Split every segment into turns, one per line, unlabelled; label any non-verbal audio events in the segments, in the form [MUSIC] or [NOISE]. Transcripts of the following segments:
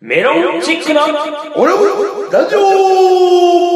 メロンチックな
俺俺俺ラジオ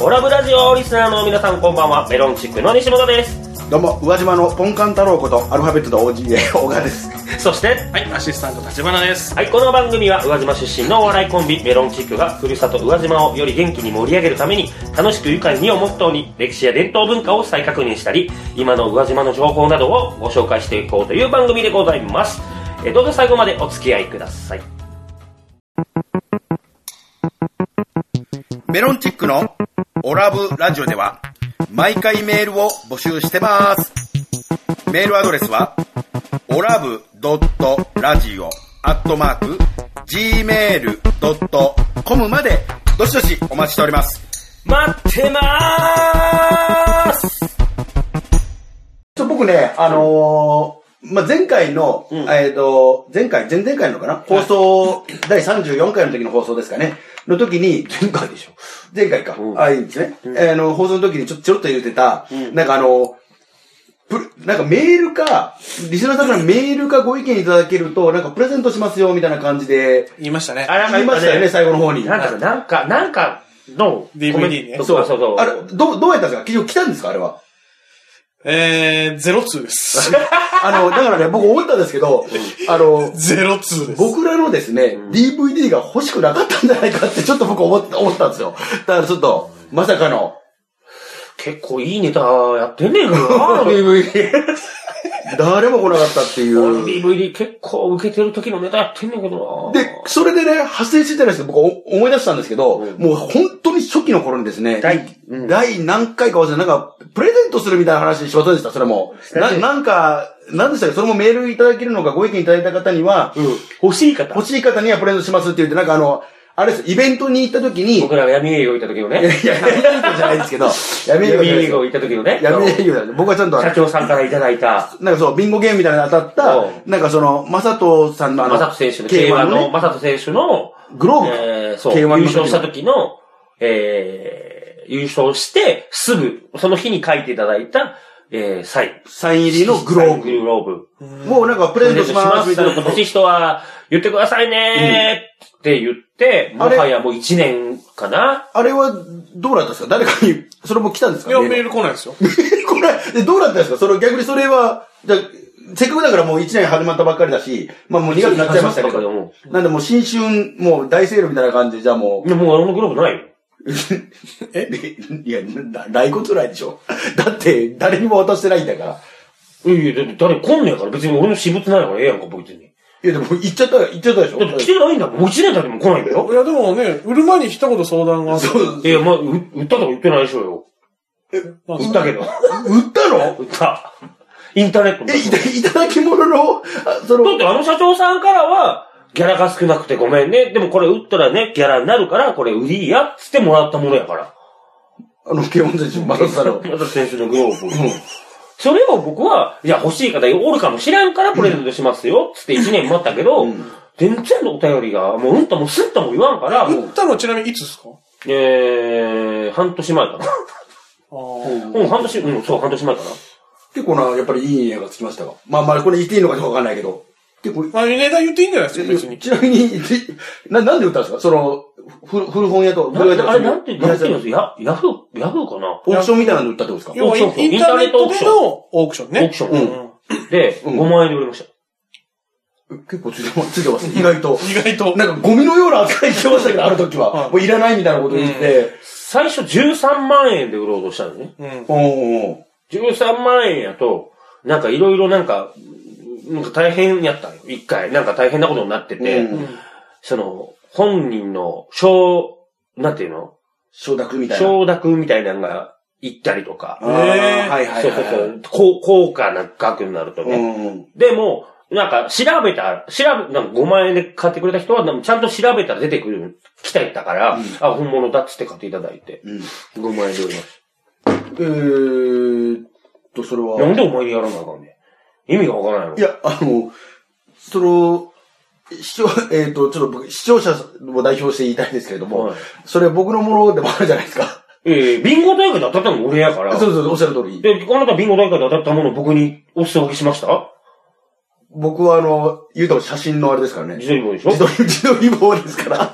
オラブラジオリスナーの皆さんこんばんは、メロンチックの西本です。
どうも、宇和島のポンカン太郎こと、アルファベットの OGA、小川です。 [LAUGHS]
そして、
はい、アシスタント立花です。
はい、この番組は宇和島出身のお笑いコンビ、メロンチックが、ふるさと宇和島をより元気に盛り上げるために、楽しく愉快にをモットーに、歴史や伝統文化を再確認したり、今の宇和島の情報などをご紹介していこうという番組でございます。えーどうぞ最後までお付き合いください。
メロンチックのオラブラジオでは、毎回メールを募集してます。メールアドレスは、オラブドットラジオアットマーク、gmail.com まで、どしどしお待ちしております。
待ってまーす
ちょ僕ね、あのーまあ、前回の、
ん
えっ、と、前回、前々回のかな放送、第34回の時の放送ですかねの時に、 [LAUGHS] 前回でしょ前回か。
うん
ああ、いいですね。あの、放送の時にちょちょろっと言ってた、
ん
なんかあの、プレなんかメールか、リスナーさんからメールかご意見いただけると、なんかプレゼントしますよ、みたいな感じで、
言いましたね。
あなんか
言いましたよね、最後の方に。
なんか、なんか、なんかの、
DVD
コメント
ね
そうそうそう。
あれ、どう、どうやったんですか結局来たんですかあれは。
えー、ゼロツーです。
[LAUGHS] あの、だからね、僕思ったんですけど、あの、
ゼロツーです。
僕らのですね、DVD が欲しくなかったんじゃないかってちょっと僕思った思ったんですよ。だからちょっと、まさかの。
結構いいネタやってんねんけどな
DVD。誰も来なかったっていう。
DVD 結構受けてる時のネタやってんねんけどな
で、それでね、派生してたんですけど、僕お思い出したんですけど、
うん
もう本当に初期の頃にですね、
第うん
第何回か忘れて、なんか、プレゼントするみたいな話しませんでした、それも。ななんか、なんでしたっけ、それもメールいただけるのか、ご意見いただいた方には、
うん。欲しい方。
欲しい方にはプレゼントしますって言って、なんかあの、あれです、イベントに行った時
[LAUGHS]
に、
僕らが闇営業行った時のね。
いや、闇営業じゃないですけ [LAUGHS] ど、闇営業
闇
じゃないで
営
すよ
業行った時のね。
闇営業じゃない。僕はちゃんと、
社長さんからいただいた、
なんかそう、ビンゴゲームみたいなの当たっ
おう
た、なんかその、マサトさんのあの、
マサト選手の、K1 の、
ね
マサト選手の、
グローブ、
えー、そう、優
K1 の時の
勝した時の、えー、優勝して、すぐ、その日に書いていただいた、えー、サイン。
サイン入りのグロ
サイン
ー
グローブ。
ブ。もうなんかプ
プ
レゼントしますみたいなこと
欲。しい人は、言ってくださいねーって言って、も
あれ
はやもう1年かな。
あれは、どうだったんですか誰かに、それも来たんですか
いや、メー
ル。
ル来ないですよ。
[LAUGHS] これ、えどうだったんですかそれ逆にそれは、じゃあせっかくだからもう1年始まったばっかりだし、まあもう2月になっちゃいましたけ
そう
ど。
そうそう
なんでもう新春、もう大セールみたいな感じで、じゃあもう
い、やもうあのグローブないよ。
え [LAUGHS] いや、なないことないでしょ。 [LAUGHS] だって、誰にも渡してないんだから。
いやいや、だって誰来んねやから、別に俺の私物ないからええやんか、別に。
いや、でも、行っちゃった、行っちゃったでしょ
だって来てないんだもん、もう1年経っても来ないんだよ。
[LAUGHS] いや、でもね、売る前に一言相談があっ
[LAUGHS]
て。
そう、
いや、まあ、う売ったとか言ってないでしょうよ。
まあ
売ったけど。
[LAUGHS] 売ったの
売った。インターネットに
え、いたいただき物の、あそ
だっ
の、
てあの社長さんからは、ギャラが少なくてごめんね。でもこれ売ったらね、ギャラになるから、これ売りやっつってもらったものやから。
あの、ケオン選手、マサさんの。
また選手のグローブ。それを僕は、いや、欲しい方おるかもしらんからプレゼントしますよ、つって1年待ったけど、全然のお便りが、もううんともすんとも言わんから、も
売
う
っ、たのちなみにいつですか
えー、半年前かな。
あー
うん、半年、うん、そう、半年前かな。
結構な、やっぱりいい映画つきましたが。まあまあ、これ言っていいのかどうかわかんないけど。結構、
まあ、値段言っていいんじゃないですか、別に。
ちなみに、じな、なんで売ったんですかその、ふ古本屋と、
なんであれ、なんて、
ブル
な
ー
んて
レ
言うん
イ
で
屋と
すや、ヤフー、ヤフーかな
オークションみたいなので売ったってことですか
要はイ
オークション
ンインターネットでのオークションね。
オークション
うん
で、
うん
5万円で売りました。
結構ついてます、ついてます。意外と。
意外と。
なんかゴミのような扱いしてましたけど、ある時
は
は。
い
もういらないみたいなこと言って。
最初13万円で売ろうとしたのね。
うん。
うんうん。
13万円やと、なんかいろいろなんか、なんか大変やったんよ。一回。なんか大変なことになってて、
うん
その、本人の承、なんていうの
承諾みたいな。
承諾みたいなのが行ったりとか。
あー
えー
はいはい
そうそう
は
そ
い。
う。高高価な額になると
う
ね。
んうん
でも、なんか調べた、調べ、なんか5万円で買ってくれた人は、なんかちゃんと調べたら出てくる、来たりだから、あ、本物だっつって買っていただいて。
うん
5万円で売りまし
えーっと、それ
た。なん
は、
でお前でやらなあかんねん意味がわからないの
いや、あの、その、視聴、えーっと、ちょっと僕、視聴者を代表して言いたいんですけれども
はい、
それ僕のものでもあるじゃないですか。
えー、ビンゴ大会で当たったの俺やから。
そうそう、おっしゃる通り。
で、あなたビンゴ大会で当たったものを僕にお裾分けしました
僕はあの、言うと写真のあれですからね。
自撮り棒でしょ
自撮り、 [LAUGHS] 自撮り棒ですから。
ね、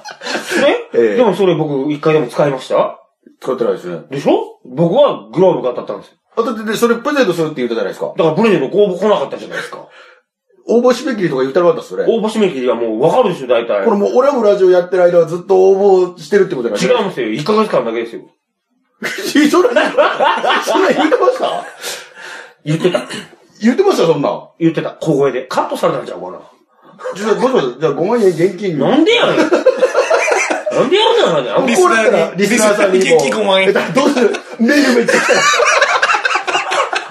ええ
でもそれ僕一回でも使いました
使ってないですね。
でしょ僕はグローブが当たったんですよ。
あとで、でそれプレゼントするって言ったじゃないですか。
だからプレゼントご応募来なかったじゃないですか。
応募締め切りとか言ったらなかったっすよね。
応募締め切りはもうわかるでしょ、大体。
これもう、俺らもラジオやってる間はずっと応募してるってことじゃな
違
い
うんですよ。1ヶ月間だけですよ。
え [LAUGHS] それ、それ言ってました
言ってた。
言ってました、そんなん。
言ってた。小声で。カットされたんちゃうかな。
じゃあ、どうしますじゃあ5万円現金に。
なんでや
[LAUGHS]
ねん。なんでやんなのねんあんま
リ
り
ス
怒られ
ナーに
たら、リスナーさんにも。
リスナーに現金5万円
えだからどうするメールめっちゃ来たら。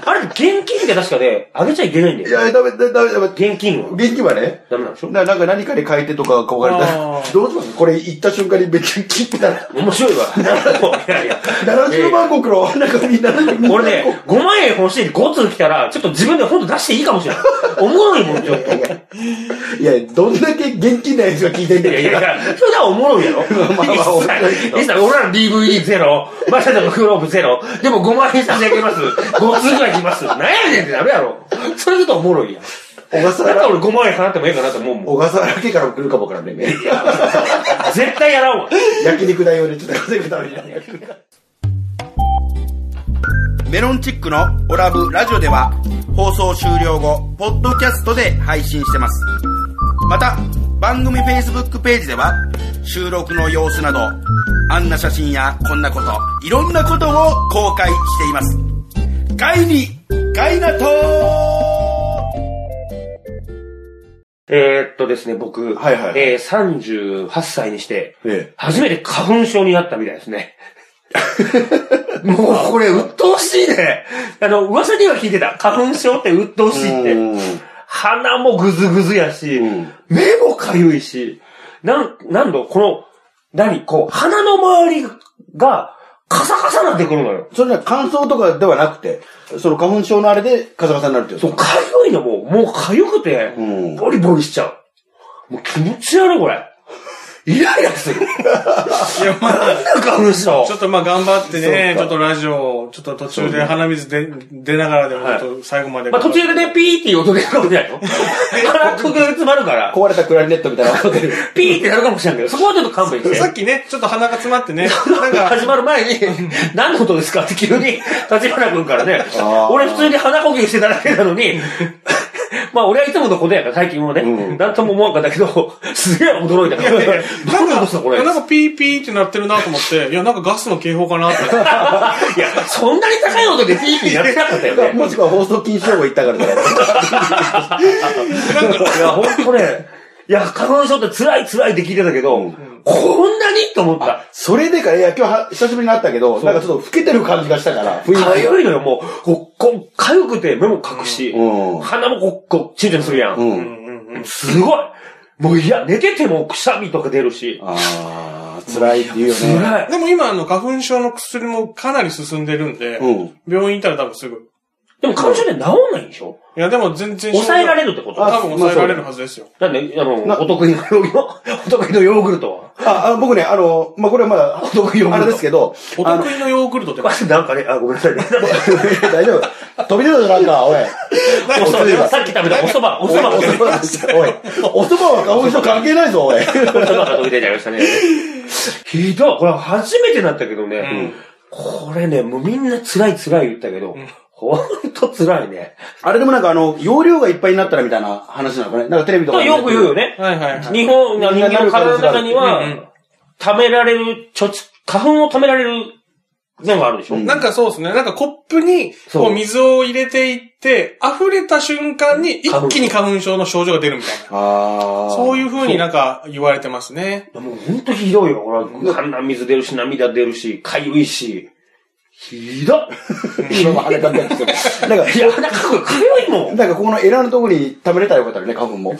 あれ、現金って確かね、あげちゃいけないんだ
い
よ。
や、ダメ、ダメ、ダメ、ダメ。
現金は。
現金はね、
ダメなんでしょ
ななんか何かで書いてとか書かれた
あ
ら、
ー
どうしますこれ言った瞬間にめっちゃ切ってたら、
面白いわ。いやいや。
70万石の中に70万石。
俺ね、5万円欲しい5通来たら、ちょっと自分で本当出していいかもしれない。おもろいもん、ちょっと。い
いや、どんだけ現金なやつが聞いてんだ
やいやい
よ。
や、それはおもろいやろ。
[LAUGHS] まあまあ面白いけど
一切、一切俺らの DVD ゼロ、マサのクローブゼロ、でも5万円差し上げます。5通ぐらい来ます。なんやねんってなるやろ。それちょっとおもろいやん。
小笠
だから
原、
俺5万円払ってもええかなと思うもん。
小笠原家から送るかもわからんねえね。
絶対やらんわ。
焼肉代用でちょっと稼ぐためにね。
メロンチックのオラブラジオでは放送終了後、ポッドキャストで配信してます。また、番組 Facebook ページでは収録の様子など、あんな写真やこんなこと、いろんなことを公開しています。ガイに、ガイナトー
えーっとですね、僕、
はいはいはい
えー、38歳にして、
え
初めて花粉症になったみたいです
[LAUGHS]
ね。もうこれ、鬱陶しいね。あの、噂には聞いてた。花粉症って鬱陶しいって。鼻もぐずぐずやし、
うん
目もかゆいし、なん、なんだ、この、何、こう、鼻の周りが、カサカサなってくるのよ。
それは乾燥とかではなくて、その花粉症のあれでカサカサになるっていう。
そう、かゆいのも、もうかゆくて
うん、
ボリボリしちゃう。もう気持ち悪い、これ。イライラする。
いや、まあ、
なんか、むしろ
ちょ。っとまあ頑張ってね、ち
そうか
ょっとラジオ、ちょっと途中で鼻水で出ながらでも、
はい
ちょっと最後まで。
まあ、途中でね、ピーっていう音出るかもしれないよ。鼻くぐ詰まるから、
壊れたクラリネットみたいな音で。
ピーってなるかもしれないけど、そこはちょっと勘弁して。
さっきね、ちょっと鼻が詰ま [LAUGHS] ってね、なんか、
始まる前に、何のことですかって急に、立花君からね
あー、
俺普通に鼻呼吸してただけなのに、まあ俺はいつものことやから最近もね、
うん
なんとも思わんかったけど、すげえ驚いたから、どういうことですかこれ。
なんかピーピーってなってるなと思って、いや、なんかガスの警報かなって。
いや、そんなに高い音でピーピーやってなかったよね。
もしくは放送禁止用語言ったから [LAUGHS] だから。
いや、ほんとね、いや、花粉症って辛い辛いって聞いてたけど、こんなにと思った。
それでか、いや、今日は久しぶりに会ったけど、なんかちょっと老けてる感じがしたから、雰囲気
かゆいのよ、もう。こう、こう、かゆくて目もかくし、
うん
鼻もこう、こう、ちんちんするやん。
うん。
すごいもういや、寝ててもくしゃみとか出るし、
あー、辛いって言うよね。い。
辛い。
でも今、あの、花粉症の薬もかなり進んでるんで、
うん
病院行ったら多分すぐ。
でも花粉症で治んないんでしょ
いや、でも全然
抑えられ
る
るってこと
多分
あ
抑えられるはずですよ。
なんで、あ
な
の、お得意のヨーグルト、 [LAUGHS] お得意のヨーグルトは。
あ、あ僕ね、あの、まあ、これはまだ、
お得意ヨーグルト
あれですけど、 [LAUGHS]
お
あの、
得意のヨーグルトって。
あなんかね、あ、ごめんなさいね。
大丈夫。飛び出たぞ、なんか、おい。
[LAUGHS] おそば
お蕎麦
さっき食べたお蕎麦、お蕎
おい、お
麦 [LAUGHS]
そばだおい、おそばは花粉症関係ないぞ、おい。
お蕎麦が飛び出ちゃいましたね。ひどい。これ初めてなったけどね。これね、もうみんな辛い辛い言ったけど、ほんと辛いね。
あれでもなんか、あの、容量がいっぱいになったらみたいな話なのかね。なんかテレビとかで。
よく言うよね。
はいはいはい。
日本、人
みんな
間の体の中に
うんうん
は、溜められる、貯蓄、花粉を溜められるのがあるでしょ、
うん
なんかそうですね。なんかコップに、
そう
こう水を入れていって、溢れた瞬間に一気に花粉症の症状が出るみたいな。
あー。。
そういうう風になんか言われてますね。
もうほんとひどいよ。ほら、鼻水出るし、涙出るし、かゆいし。ひどっ
今も鼻かんだん [LAUGHS] ですけど。なんか
い、や、鼻かく、かゆいもん。
なんかここのエラのところに溜めれたらよかったよね、花
[LAUGHS]
粉も。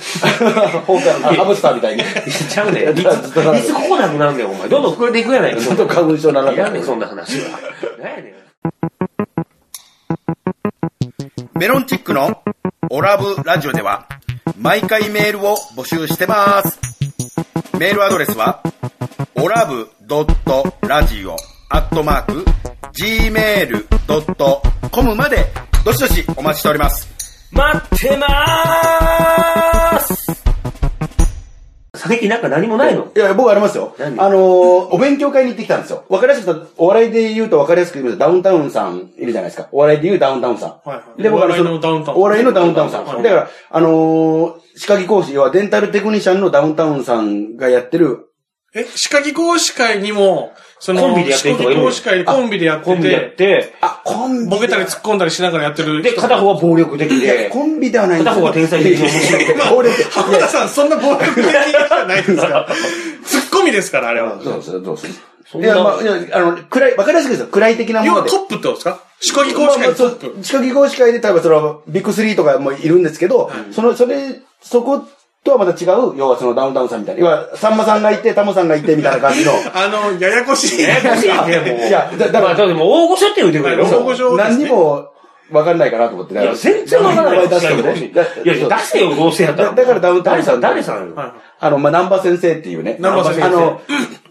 ホーカー、ハムスターみたいに。
いやちゃうね。いつ、いつここなくなるんだよ、お前。どんどん膨れていくやないか。
ちょっと花粉症なら
いらんねん、そんな話は。なんやねん。
メロンチックのオラブラジオでは毎回メールを募集してます。メールアドレスはオラブドットラジオアットマーク、gmail.com まで、どしどしお待ちしております。
待ってまーす最近なんか何もないの
いや、僕ありますよ。あ
何
のー、お勉強会に行ってきたんですよ。わかりやすく、お笑いで言うとわかりやすく言うと、ダウンタウンさんいるじゃないですか。お笑いで言うダウンタウンさん。
はいはい
で、僕あ
お笑いのダウンタウン
お笑いのダウンタウンさん。
はいはい
だから、あのー、歯科技講師、要はデンタルテクニシャンのダウンタウンさんがやってる、
え、歯科技講師会にも、その、
コンビでやってる人がいるの
歯科技講師会でコンビでやって、
コンビやってて、
あ、コンビ。
ボケたり突っ込んだりしながらやってる人。
で、片方は暴力的で、
コンビではないん
片方は天才的
いやいやいや [LAUGHS] 俺、い
浜田
や
さん、そんな暴 [LAUGHS] 力的な人じゃないですから。ツッコミですから、あれは。
そうそう、どうす
そ
る
ん
い
な
や、まあ、いや、あの、暗い、わかりやすくですよ。暗い的なも
要
の
は
で。
トップってことですか歯科技講師会のトップ。
地下技講師会で、例えばその、ビッグ3とかもいるんですけど、その、それ、そことはまた違う、要はそのダウンタウンさんみたいな。要は、さんまさんがいて、タモさんがいて、みたいな感じの。
あの、ややこしい。
ややこしいね、もう。
いやだだ
まあ、でも大御所って言うてくれる
はい大御所そうですね
何にも分かんないかなと思って。だ
いや、
から
全然わからない。
名前出してもね
いやいや、出せよ、どうせやったら。
だだからダウンタウンさん
誰さん誰さん
はい
あの、まあ、南波先生っていうね。
南波先生
あの、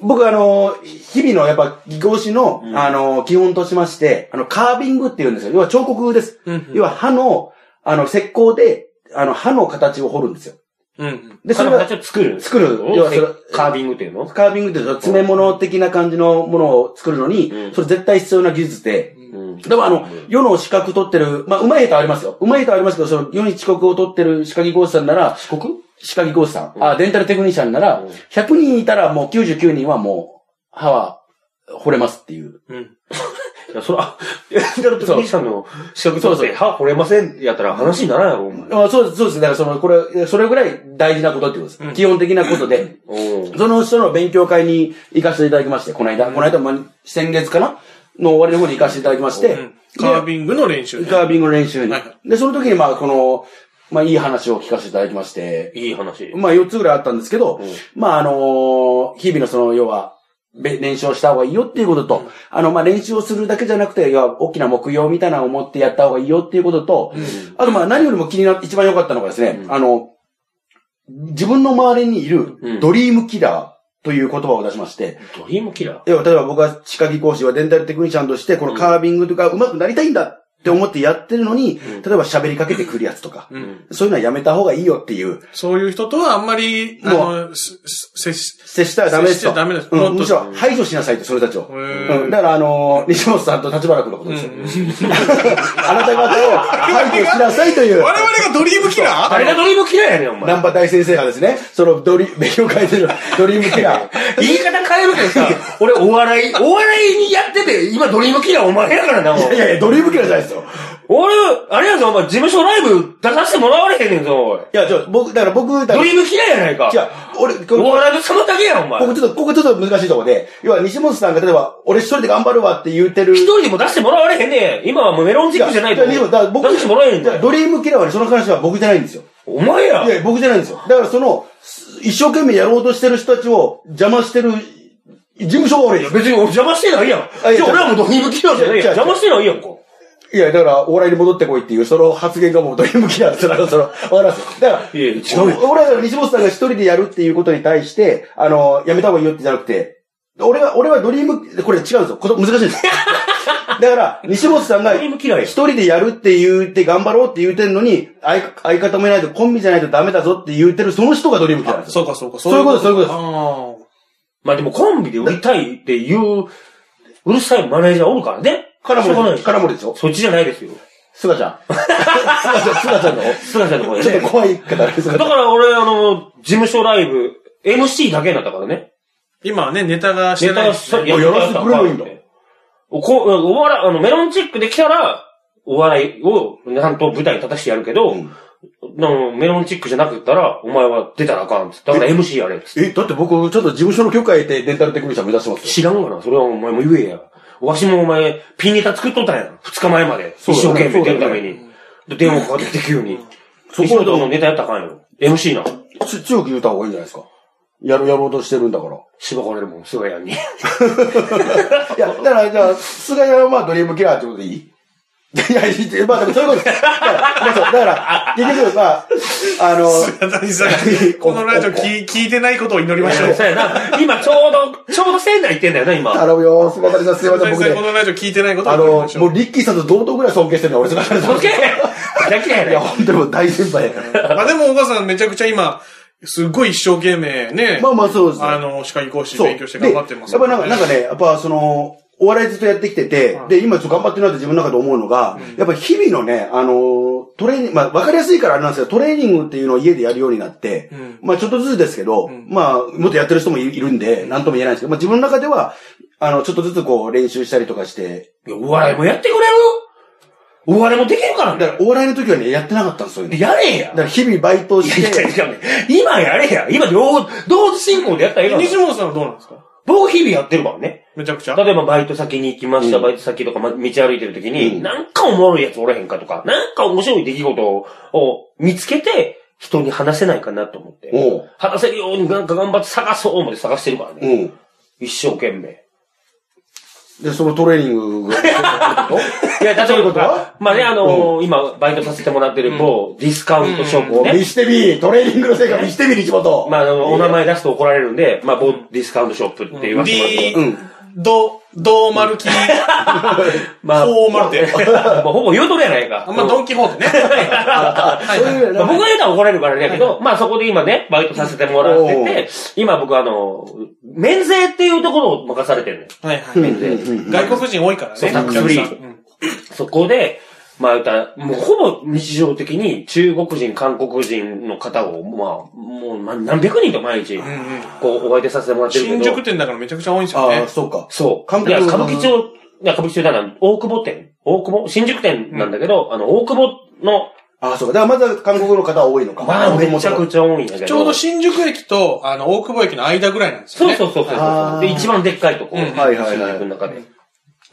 僕あの、日々のやっぱ、技講師の、あの、基本としまして、あの、カービングっていうんですよ。要は彫刻です。要は歯の、あの、石膏で、あの、歯の形を掘るんですよ。
うん。
で、それ
彼
が
女、を作る。
作る要はそれ
カービングっていうの
カービングっていうのは詰め物的な感じのものを作るのに、
うん
それ絶対必要な技術で、
うん
でもあの、世の資格取ってる、まあ、うまい人はありますよ。うまい人はありますけど、その世に遅刻を取ってる歯科技講師さんなら、
四国
歯科技講師さん、あ、デンタルテクニシャンなら
うん、
100人いたらもう99人はもう、歯は、惚れますっていう。
うん。
いや、そら、エンジェルとミシャンの資格取って、歯掘れませんやったら話にならんやろ、お前。
あそうです、そうです。だからその、これ、それぐらい大事なことっていうことです。
うん
基本的なことで。
おう
その人の勉強会に行かせていただきまして、この間、この間、ま、先月かなの終わりの方に行かせていただきまして、
うんカービングの練習ね。
カービングの練習に
はいは。
で、その時に、まあ、この、まあ、いい話を聞かせていただきまして、
いい話。
まあ、4つぐらいあったんですけど、まあ、あのー日々のその、要は、べ練習をした方がいいよっていうことと、あの、まあ、練習をするだけじゃなくて、要は、大きな目標みたいなのを持ってやった方がいいよっていうことと、あと、まあ、何よりも気になって、一番良かったのがですね、あの、自分の周りにい
うん
る、ドリームキラーという言葉を出しまして、
ドリームキラー。
要は、例えば僕は歯科技講師はデンタルテクニシャンとして、このカービングとか上手くなりたいんだって思ってやってるのに、例えば喋りかけてくるやつとか、
ん
そういうのはやめた方がいいよっていう、
そういう人とはあんまり、あの、すす接し、
接したらダメですと。
接しちゃダメです
う
もっと
ん、むしろ排除しなさいと、それたちを。
ー
うん、だから、あのー西本さんと立花君のことですよ。 [LAUGHS] あなた方を排除しなさいと
[LAUGHS]
いう。
我々がドリームキラー
誰がドリームキラーやねん、お前。
南波大先生がですね、そのドリ、勉強会でのドリームキラー。
言い方変えるけどさ、俺お笑い、お笑いにやってて、今ドリームキラーお前やからな、お
い
前。
やいや、ドリームキラーじゃないですよ。
俺、あれやぞ、お前、事務所ライブ出させてもらわれへんねんぞ、おい。
いや、ちょ、僕、だから僕、だか
ド
ら、
リ
い
ームキラーやないか。
や、俺、こ
お笑いの様だけやん、お前。
ここちょっと、ここちょっと難しいところで、要は西本さんが例えば、俺一人で頑張るわって言うてる。
一人でも出してもらわれへんねん。今はもうメロンチックじゃないと。出
やや西本だから僕
してもらえへん
いや
ねん。
ドリームキラーはね、その話は僕じゃないんですよ。
お前や
い。や、僕じゃないんですよ。だからその、す一生懸命やろうとしてる人たちを邪魔してる、事務所が悪い
い
よ
や、。別に俺邪魔してないやん。
あいや
じゃあ俺はもうドリームキラーじゃないやん。
違う違う
邪魔してないやんか。
いや、だから、お笑いに戻ってこいっていう、その発言がもうドリームキラーですよ。だからその、わかりますだから、
いやいや違うよ
お俺はだから西本さんが一人でやるっていうことに対して、あの、やめた方がいいよってじゃなくて、俺は、俺はドリーム、これ違うんですよ。こと難しいんですよ。
[LAUGHS]
だから、西本さんが
ドリームキラーや
一人でやるって言って頑張ろうって言うてんのに、相相方もいないとコンビじゃないとダメだぞって言うてる、その人がドリームキラーなんですよ。
そうかそうか、
そういうことそういうこと
と
まあでもコンビで売りたいっていう、うるさいマネージャーおるからね。
金
しょうがない
森、金森でしょ
そっちじゃないですよ。
すがちゃ [LAUGHS] ん。すがちゃん、すがちゃんの。
すがちゃんの声
ちょっ
ね
と。怖い方です
だ
が。
から俺、あの、事務所ライブ、MC だけになったからね。
今はね、ネタがし
ネ
てな
タ
い
が
ですね。
さ、
やらせてくればいいんだ
おこお笑い、あの、メロンチックできたら、お笑いを、なんと舞台に立たしてやるけど、
うん
でもメロンチックじゃなくったら、お前は出たらあかんっつって。だから MC やれっつって。
え、だって僕、ちょっと事務所の許可得てデンタルテクニシャン目指してますよ。
知らんがな、それはお前も言えや。わしもお前、ピンネタ作っとったんや。二日前まで。
そ
一
うだ
生
ね
懸命出るために。で電話かかってきて急に。
そこ
西本のネタやったらあかんよ。MC な。
つ強く言うた方がいいんじゃないですか。やろう、やろうとしてるんだから。
しばかれるもん、菅谷に。
いや、だから、じゃあ、菅谷はまあドリームキラーってことでいい [LAUGHS] いや、いやまあでもそういうことです。だから、そうだから結局、まあ、あの、
[LAUGHS] 菅谷さん、このラジオ
[LAUGHS]
聞い聞いてないことを祈りましょう。
そうやな。今ちょうど、ちょうど仙台行ってんだよな、今。
頼むよ、すみません、すみません、
菅谷
僕
さん、こ
ね。
のラジオ聞いてないことを
あ
祈り
の
まし、ょ
も
う。
うリッキーさんと同等ぐらい尊敬してるの、俺、菅原さん。
どけだけや
い
ね
や、本当にもう大先輩やから。
まあでも、お母さんめちゃくちゃ今、すごい一生懸命ね、
まあまあ、そうです。
あの、歯科医講師
そう。
勉強して頑張ってます
で
も
やっ
ん
ぱなんか、なんかね、やっぱその、お笑いずっとやってきてて、で、今ちょっと頑張ってるなって自分の中で思うのが、やっぱ日々のね、あの、トレーニング、まあ、わかりやすいからあれなんですけど、トレーニングっていうのを家でやるようになって、
ん
まあ、ちょっとずつですけど、まあ、もっとやってる人もいいるんで、なんとも言えないんですけど、まあ、自分の中では、あの、ちょっとずつこう、練習したりとかして、
いやお笑いもやってくれるお笑いもできるから
だから
ね。、
お笑いの時はね、やってなかったんですよ、ね。
やれや
だ。から、日々バイト
いや
し
いや
て、
いや、今やれや。今両方、同時進行でやったらええから
西本さんはどうなんですか
僕日々やってるからね。
めちゃくちゃ。
例えばバイト先に行きました、
うん
バイト先とか、ま、道歩いてる時に、
うん
なんかおもろいやつおらへんかとか、なんか面白い出来事を見つけて、人に話せないかなと思って。
おう、
話せるようになんか頑張って探そう思って探してるからね。
うん。
一生懸命。
で、そのトレーニングが、
[LAUGHS]
いや、 [LAUGHS] 例
そうい
え
うこと
ば
は、
まあね、あのー今、バイトさせてもらってる某ディスカウントショップをね、
見してみトレーニングの成果見してみ西本。
まあ、あの、お名前出すと怒られるんで、まあ、某ディスカウントショップって言わせてもらって。
D
うん、
ど、どうまるき、
まあ、
こうまるて。
[LAUGHS] まあほぼ言うとるやないか。
あんまドンキホーテね。はい
そういう
[LAUGHS] まあ僕が言うたら怒られるからあれやけど、まあそこで今ね、バイトさせてもらってて、今僕あの、免税っていうところを任されてるのよ。
はいはい。外国人多いからね。
そうタックフリー
うん
そこで、まあ言ったら、もうほぼ日常的に中国人、韓国人の方を、まあ、もうまあ何百人と毎日、こう、お相手させてもらってるけど。
新宿店だからめちゃくちゃ多いんですよ
あ
ね
あ、。そうか。
そう。
韓国
いや歌舞伎町、いや歌舞伎町だな、大久保店。大久保新宿店なんだけど、あの、大久保の、
ああ、そうか。だからまだ韓国の方は多いのか。
まあめちゃく
ち
ちゃ多いんだけど。
ちょうど新宿駅と、あの、大久保駅の間ぐらいなんです
そう
よね。
そうそうそうそ
あ
う。
ー
で、一番でっかいとこ、
うん
はいはいはい
新宿の中で。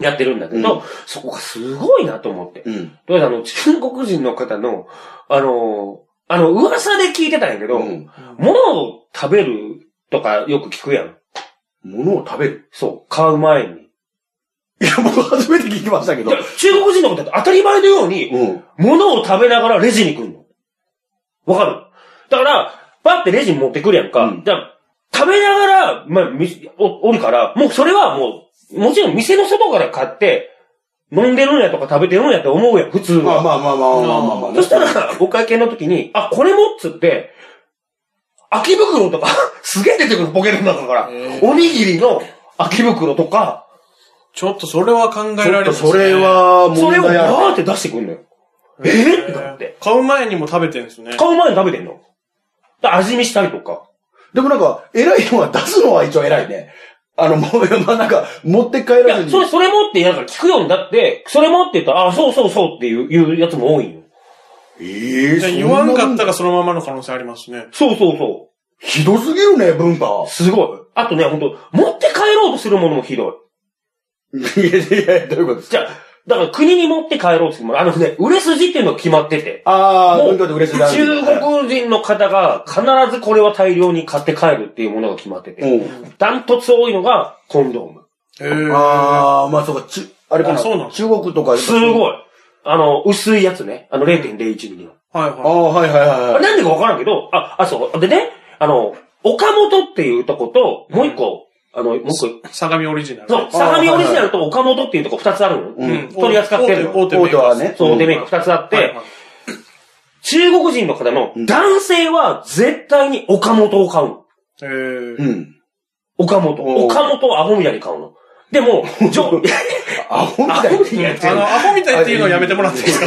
やってるんだけど、
うん
そこがすごいなと思って。
ゃ。うん。
とりあえずあの、中国人の方の、あのー、あの、噂で聞いてたんやけど、
うん
物を食べるとかよく聞くやん。
物を食べる。
そう、買う前に。
いや、僕初めて聞きましたけど。
中国人の方って当たり前のように、
うん。
物を食べながらレジに来るの。わかるだから、パってレジに持ってくるやんか。
うん
じゃあ食べながら、まあ、みお、おるから、もうそれはもう、もちろん店の外から買って、飲んでるんやとか食べてるんやって思うやん、普通
まあ
は。
まあまあまあまあまあまあ。
そしたら、お会計の時に、あ、これもっつって、空き袋とか、 [LAUGHS] すげえ出てくるポケットの中から、
へ
おにぎりの空き袋とか、
ちょっとそれは考えら
ち
れな
ょ
い
っ
で
と
すね。
それは
そ
問
れを
題ある。
バーって出してくんのよ。えーってなって。
買う前にも食べてるんですね。
買う前に食べてんの。だから味見したりとか。
でもなんか、偉いのは出すのは一応偉いね。あの、もう、まあなんか、持って帰
い
らず
や、
に。
それ、それもって、なんか聞くようになって、それもって言ったら、あ、そうそうそうっていう、いうやつも多いよ。
ええ、
じゃあ
そ
言わんかった
ら。
らそのままの可能性ありますね。
そうそうそ
ひどすぎるね、文化
う。。すごい。あとね、ほんと、持って帰ろうとするものもひどい。
[LAUGHS] いやいやいや、どういうことですか
じゃあ、だから国に持って帰ろうとするもの。あのね、売れ筋っていうのが決まってて。
ああ、
も
文
う
化で嬉しいな。
中国人の方が必ずこれは大量に買って帰るっていうものが決まってて。
国
ダントツ多いのがコンドーム。
へー
ああ、まあそうか、ちゅ、あれか
あ
な。
そうなの
中国とか。
すごい。あの、薄いやつね。あの0.01ミリの。
はい
あ
は
あ、はいはいはいはい。
なんでかわからんけど、あ、あ、そう。でね、あの、岡本っていうとこと、もう一個、あの、もう一個、
い。相模オリジナル。
そう、相模オリジナルと岡本っていうとこ二つあるの。
う
うんん。
取り扱ってる
大手
大手はね
そう、でメイク二つあって、
はいはい
中国人の方の男性は絶対に岡本を買うの。
へー
うん。
岡本。
おー
岡本をアホみたいに買うの。でも、じょ
アホみ
ア
たい
ホみたい
に
にやっ
やってて
る
あ
る
の、。アホみたいっていうのはやめてもらっていいですか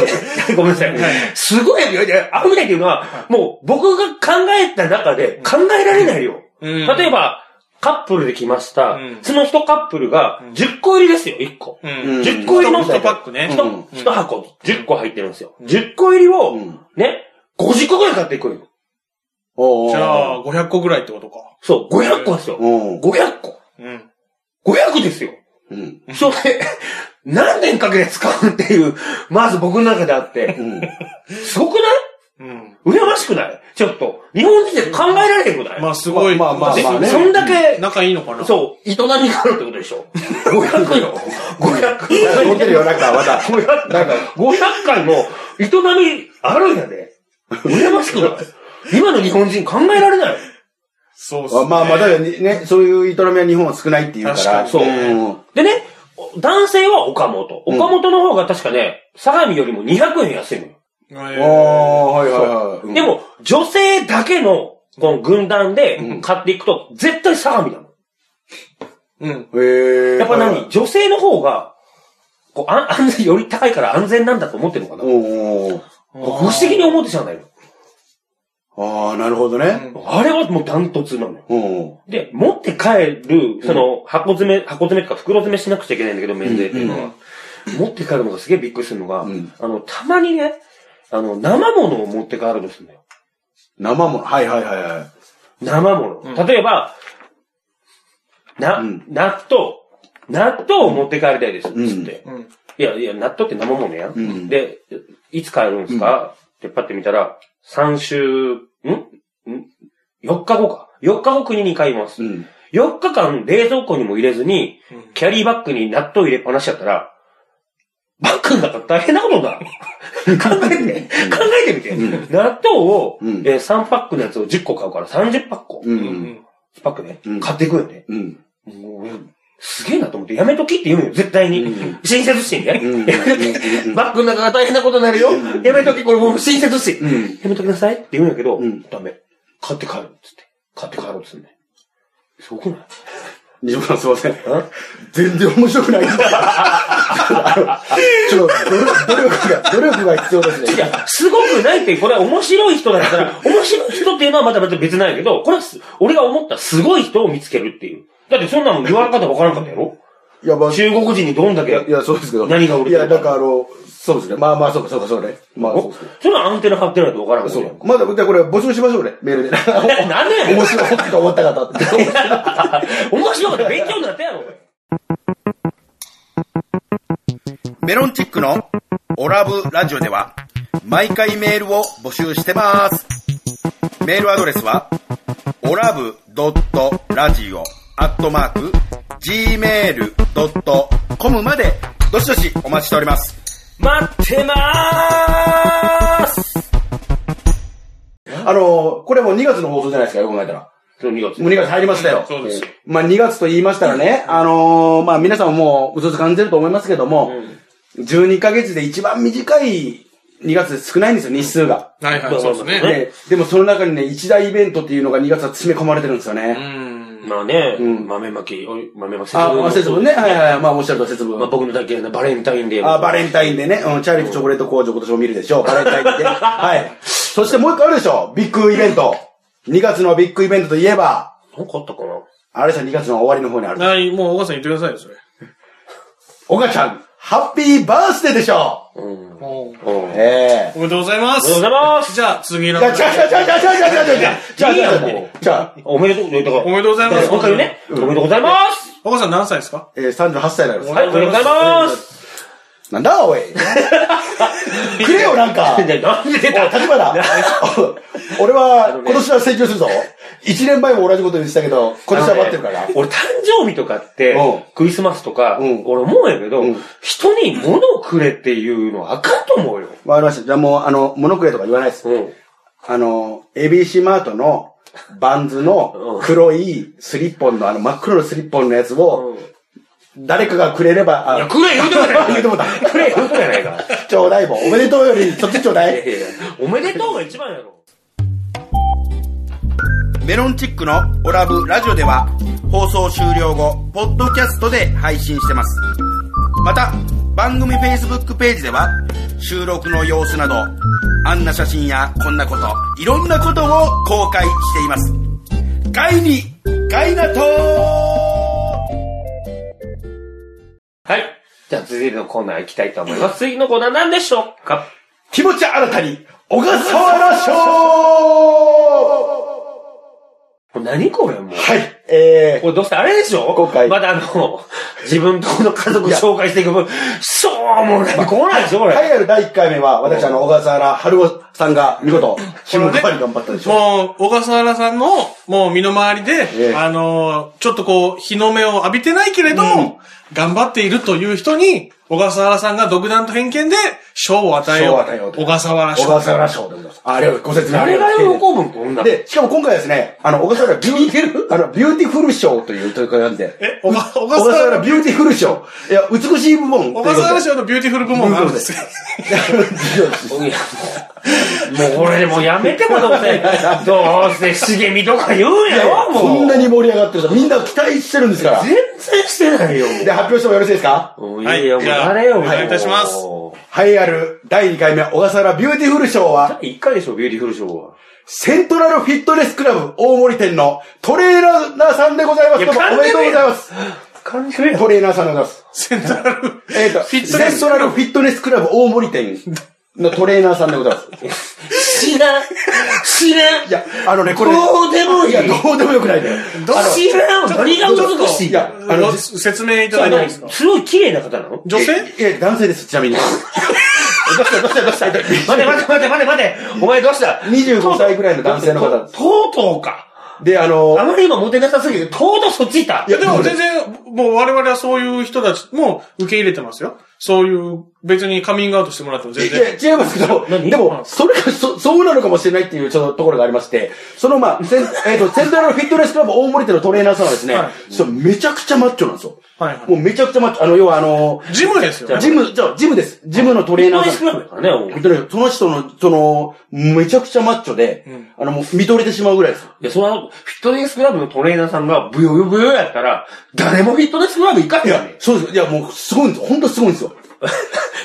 ごめんなさい。すごい、いやいやアホみたいっていうのは、もう僕が考えた中で考えられないよ。
うん
例えば、カップルで来ました。
うん
その一カップルが
うん
10個入りですよ、1個。
うん。
10個入りの
一パックね。
一、
うん
一箱、10個入ってるんですよ。10個入りを、
うん
ね、50個ぐらい買ってくるよ。
おー
じゃあ、500個ぐらいってことか。
そう、500個ですよ。
うん。
500個。
うん。
500ですよ。
うん。
それ、何年かけて使うっていう、まず僕の中であって
う、ん。
すごくない
うん。
羨ましくないちょっと。日本人で考えられへんくない
まあ、すごい。
まあまあまあ
で
まあね
そんだけ、
仲いいのかな
[LAUGHS]
そう、営みがあるってことでしょ。 500よ。500。
思ってるよ、なんか、また。なんか、
500回も営みあるんやで。羨ましくない今の日本人考えられない。
そうっす
まあ
ね。
まあ、だからね、そういう営みは日本は少ないっていうから。
確かに
そう。
でね、男性は岡本。岡本の方が確かね、相模よりも200円安いのよ。
え
あ
ー
あ、はいはいはい。
でも、女性だけの、この軍団で買っていくと、絶対相模なの。
うん。
うん、へえ。
やっぱ
はいはい
何女性の方が、こう、あ安全、より高いから安全なんだと思ってるのかな
おうおう
僕不思議に思ってしまうんだよ。
ああ、なるほどね。
あれはもうダントツなのよ。
うん。うん
で、持って帰る、その、箱詰め、箱詰めとか袋詰めしなくちゃいけないんだけど、免税っていうのは。持って帰るのがすげえびっくりするのが、
ん
あの、たまにね、あの、生物を持って帰るとするんだよ。
生も、はいはいはいはい。
生もの。例えば、な、
うん
納豆。納豆を持って帰りたいです。つって、
うん。
いやいや、納豆って生ものやん。
ん
で、いつ帰るんですか、ってパッて見たら、3週、んん ?4 日後か。4日後国に帰ります。
ん。
4日間冷蔵庫にも入れずに、キャリーバッグに納豆入れっぱなしやったら、バッグの中大変なことに
[LAUGHS]
なる。考えて、考えてみて。納豆を、
うん
えー3パックのやつを10個買うから30パック、
う。
うんん。
パックね、
うん
買っていくよね。
うん。
もうすげえなと思って、やめときって言うのよ、絶対に。親切心ね。
う
や
ん
めときバッグの中が大変なことになるよ。やめとき、これもう親切心。
うん
やめときなさいって言うんやけど、
ん
ダメ。買って帰るっつって。買って帰ろうっつってね。すごくない
西本さんすいません。全然面白くない。ちょっと、努努力が、努力が必要です
い
ね。
や、すごくないって、これは面白い人だったら、面白い人っていうのはまたまた別なんやけど、これはす俺が思ったすごい人を見つけるっていう。だってそんなの言われ方わからんかったやろ
いや、まあ、い
中国人にどんだ
や、い
け。
やそうですけど。
何が売れて
い
る
や、なんかあの、そうですね。まあまあ、そうか、そうか、そうね。まあ、そうですけど
そんなアンテナ張ってないとわからんかった
そ
や
う。まだ、じゃあこれ募集しましょうね、メールで。
ん。なんでやねん
面白いと思った方って。
面白かった勉強になったやろ。
メロンチックのオラブラジオでは毎回メールを募集してます。メールアドレスはオラブドットラジオアットマーク gmail.com までどしどしお待ちしております。
待ってまーす
あの、これもう2月の放送じゃないですか、よく考えたら。
その2月。
もう2月入りましたよ。
そうですよ
まあ2月と言いましたらね、あのーまあ皆さんもううつうつ感じると思いますけども、12ヶ月で一番短い2月で少ないんですよ、日数が。
はいはい、そうです
うん
ね。
で、でもその中にね、一大イベントっていうのが2月は詰め込まれてるんですよ
う
ね。
ん。
まあね、
ん
豆まき、おい豆まき
あ、まあ節分ね。はいはいはい。まあおっしゃると節分。
まあ僕のだけのバレンタインデーも
あ、バレンタインでね、うん、チャーリーチョコレート工場今年も見るでしょう。バレンタイン
[LAUGHS]
で。はい。そしてもう一個あるでしょビッグイベント。2月のビッグイベントといえば、
なんかあったかな
あれでしょ、2月の終わりの方にある。
はい、もう、お母さん言ってくださいよ、それ。
おかちゃん、ハッピーバースデーでしょ
うん。
お
うん。ありが
ええ
めでとうございま
とうご
す
ざい。ます
じゃあ、次の
じゃ。あ、じゃあ、じゃあ、じゃあ、じゃあ、じゃあ、じゃあ、じゃあ、じゃあ、じゃあ、じゃあ、
おめでとう、どういったか
おめでとうございます。
本当にね、おめでとうございます。
お母さん何歳ですか
えー、38歳だよ。
はい、おめでとうございます。
なんだおい。くれよ、なんか。
でなんで出
おい、
た
立花。お俺は、今年は請求するぞ。1年前も同じこと言ってたけど、今年は待ってるから。
俺誕生日とかって
うん、
クリスマスとか、
うん
俺思うんやけど
うん、
人に物をくれっていうのはあかんと思うよ。
わかりました。じゃあもう、あの、物食えとか言わないです。
うん。
あの、ABC マートの、バンズの黒いスリッポンの、あの真っ黒のスリッポンのやつを、誰かがくれれば、
い
あ
や、、くれ言うてもない。
[LAUGHS] 言うてもうた
くれ言うてもないから。
ちょうだいもん。おめでとうより、そっちちょうだい。
いやいやおめでとうが一番やろ。
メロンチックのオラブラジオでは放送終了後、ポッドキャストで配信してます。また、番組 Facebook ページでは収録の様子など、あんな写真やこんなこと、いろんなことを公開しています。ガイに、ガイナトー
はい。じゃあ続いてのコーナー行きたいと思います。次のコーナー何でしょうか
気持ち新たに、小笠原賞
これ何これもう。
はい。え
これどうせあれでしょ
今回
まだあの、自分との家族紹介していく分、しょうもない。こうなんでしょこ
ー、
れ。
栄えある第1回目は、私、あの、小笠原春夫さんが、見事、仕事終わり頑張ったでしょ。
もう、小笠原さんの、もう身の回りで、
え
あのー、ちょっとこう、日の目を浴びてないけれど、頑張っているという人に、小笠原さんが独断と偏見で、賞を与え
賞
よう。
を与えようと
小笠原賞。
小笠原賞でございます。あれをご説明あり
誰
が
が
とう
喜
ございます
ぶんこんな。
で、しかも今回はですね、あの、小笠原ビューティフル、あの、ビューティフル賞という取り組みなんで、
え、小笠小
小
笠
笠
原
原、ビューティフル賞。いや、美しい部門というこ
小
とで。
笠原賞のビューティフル部門があるんですよ。
いやもう、もう俺もうやめてもどうせ、どうせ茂みとか言うんやろ、もう。
こんなに盛り上がってると、みんな期待してるんですから。
全然してないよ。
で、発表してもよろしいですか
もう
はい
いいよ、もう
じゃあ
誰よ、
お願いいたします
も
栄えある第2回目、小笠原ビューティフル賞は、
う一回でしょ、ビューティフルショーは。
セントラルフィットネスクラブ大森店のトレーナーさんでございます。
いや
どうもおめでとうございます。
感じるやん。
トレーナーさんでございます。
セントラル。
えっ、と、
フィットネス
セントラルフィットネスクラブ大森店のトレーナーさんでございます。
知らん。知らん。
いや、あのね、これ、
どうでもいい
や、どうでもよくないね。
ど知らん。何が難しい
いや、あ
[LAUGHS] あ
の
の、、説明いただ
あ
いてもい
の
いですか
すごい綺麗な方なの
女性
いや、男性です、ちなみに。どうしたどうしたどうした
待て待て待て待て待て。お前どうした
?25 歳ぐらいの男性の方
と
です。
とうとうか。
で、あの
あ、まり今モテなさすぎて、とうとうそっちいた。
いや
でも全然、もう我々はそういう人たちも受け入れてますよ。そういう、別にカミングアウトしてもらっても全然。
いや、違いますけど、
何
でも、それが、そ、そうなのかもしれないっていう、ちょっとところがありまして、その、まあ、セン、えっ、と、セントラルフィットネスクラブ大森店のトレーナーさんはですね、
はい
そう、めちゃくちゃマッチョなんですよ。
はいはい
もうめちゃくちゃマッチョ、あの、要はあの、
ジムですよ。
ジム、じゃあジムです。ジムのトレーナー
ナイスク
さ
ラ
ん。
ブやからね、お前
本当にその人の、その、めちゃくちゃマッチョで、あの、もう見とれてしまうぐらいです。
いや、その、フィットネスクラブのトレーナーさんがブヨブヨやったら、誰もフィットネスクラブ行かへ
い
んよ
や
ね。、
そうです。いや、もう、すごいんですよ。本当すごいんですよ。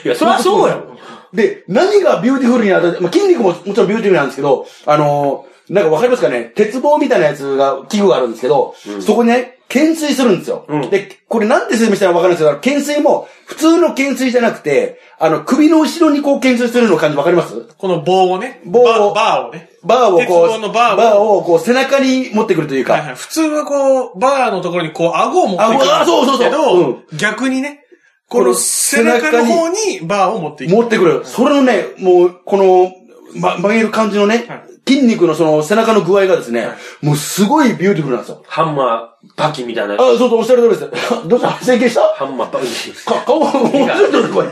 いや、そりゃそうやもん。
で、何がビューティフルに当たって、まあ、筋肉ももちろんビューティフルなんですけど、あのーなんかわかりますかね鉄棒みたいなやつが、器具があるんですけど、そこにね、懸垂するんですよ。
うん
で、これなんて説明したらわかるんですけど、懸垂も、普通の懸垂じゃなくて、あの、首の後ろにこう懸垂するの感じわかります
この棒をね。
棒を
バーバーをね。
バーをこ
鉄棒
う、
のバーを
をこう背中に持ってくるというか、
はいはい。普通はこう、バーのところにこう、顎を持っていくんですけど、
顎あそうそうそう
逆にね、この背中の方にバーを持っていく。
持ってくる。それのね、もう、この、ま、曲げる感じのね、
はい
筋肉のその背中の具合がですね、もうすごいビューティフルなんですよ。
ハンマー、バキみたいな。
あ、そうそう、おっしゃる通りです。どうした整形した
ハンマー、バキ。
か、顔、面白いですね、これ。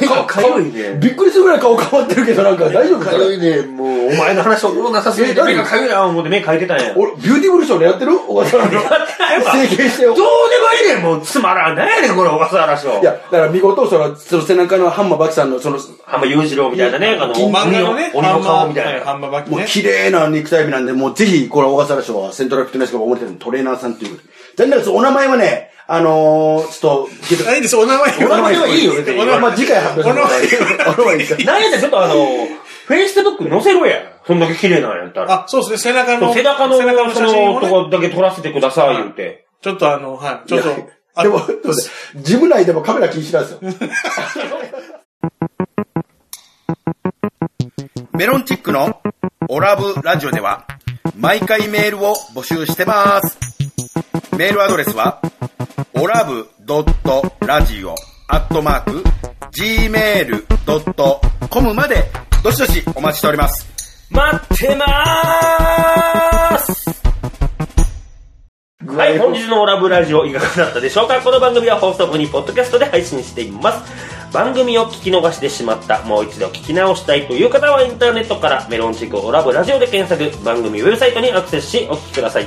いや、顔、
かゆいね
びっくりするぐらい顔変わってるけど、なんか大丈夫か
いね、もう、お前の話おもろなさすぎて、
え
目がかゆいな、思って目かいてたんや。
俺、ビューティフル賞狙ってる小笠
や
原
ってないわ
整形して
ど
よ
うで。もいいねん、もう、つまらん。何やねん、これ、小笠原賞。
いや、だから見事、その、その背中のハンマーバキさんの、その、
ハンマー裕次郎みたいなね、あの、
漫画のね、
鬼
ハ
の
ン
顔
マ
み
ー、
た
はいいハ
な。
ンマーバッキ
もう
ね。
綺麗な肉体美なんで、もうぜひ、これ、小笠原賞は、セントラルフィットネスクラブ大森店のトレーナーさんということで。残念です。お名前はね、あのー、ちょっと、聞いて
あいいです、お名前
お名前はいいよ、別
お
に。
名前次回発表してもらおうお名前いいですか
何やねん、ちょっとあの、フェイスブック載せろや。そんだけ綺麗なんやったら。
あ、そうですね、背中の、
背中の、
背中の
そ
写真
の、
を
と
ね、
こだけ撮らせてください、言うて。
ちょっとあの、はい、ちょっと、あ
でも、でもねジム内でもカメラ禁止なんですよ。
メロンチックのオラブラジオでは毎回メールを募集してます。メールアドレスはオラブドットラジオアットマーク gmail.com までどしどしお待ちしております。
待ってまーすはい、本日のオラブラジオいかがだったでしょうかこの番組は放送後にポッドキャストで配信しています。番組を聞き逃してしまった、もう一度聞き直したいという方はインターネットからメロンチックオラブラジオで検索、番組ウェブサイトにアクセスしお聞きください。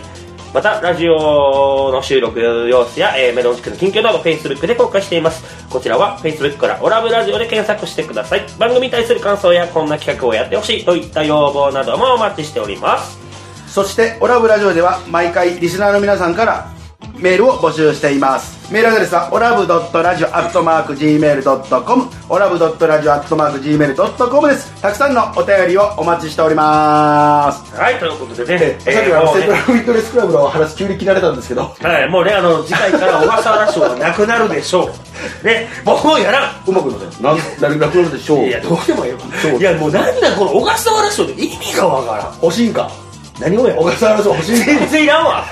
また、ラジオの収録様子や、えーメロンチックの近況など Facebook で公開しています。こちらは Facebook からオラブラジオで検索してください。番組に対する感想やこんな企画をやってほしいといった要望などもお待ちしております。
そして、オラブラジオでは毎回リスナーの皆さんからメールを募集しています。メールアドレスは、オラブドットラジオアットマーク Gmail.com、オラブドットラジオアットマーク Gmail.com です。たくさんのお便りをお待ちしております。
はい、ということでね
え、
え
さっ
ー
きのあの
もう
セントラ
ね
ルフィットネスクラブの話急に切られたんですけど、
はい、もうね、あの、次回から小笠原賞はなくなるでしょう。ね、もうやらん
うまくいきません。なん、何が来るでしょう
い。や、どうでもええ
そう
わ。いや、もうなんだこの小笠原賞で意味がわからん。
おしんか。
何をや
小笠原さん欲しい
全然いらんわ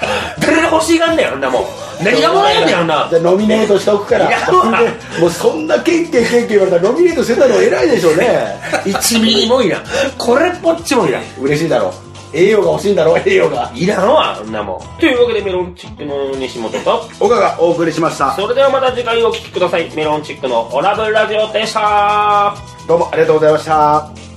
誰が欲しいがんねんあんなもん何がもらえんねんあんな
じゃあノミネートしておくから
いやまあ
[LAUGHS] もうそんなケンケンケンケン言われたらノミネートしてたの偉いでしょうね
1ミリもいらんこれっぽっちもいらん
嬉しいだろう栄養が欲しいんだろう栄養が
いらんわあんなもんというわけでメロンチックの西本と
岡がお送りしました
それではまた次回お聴きくださいメロンチックのオラブラジオでした
どうもありがとうございました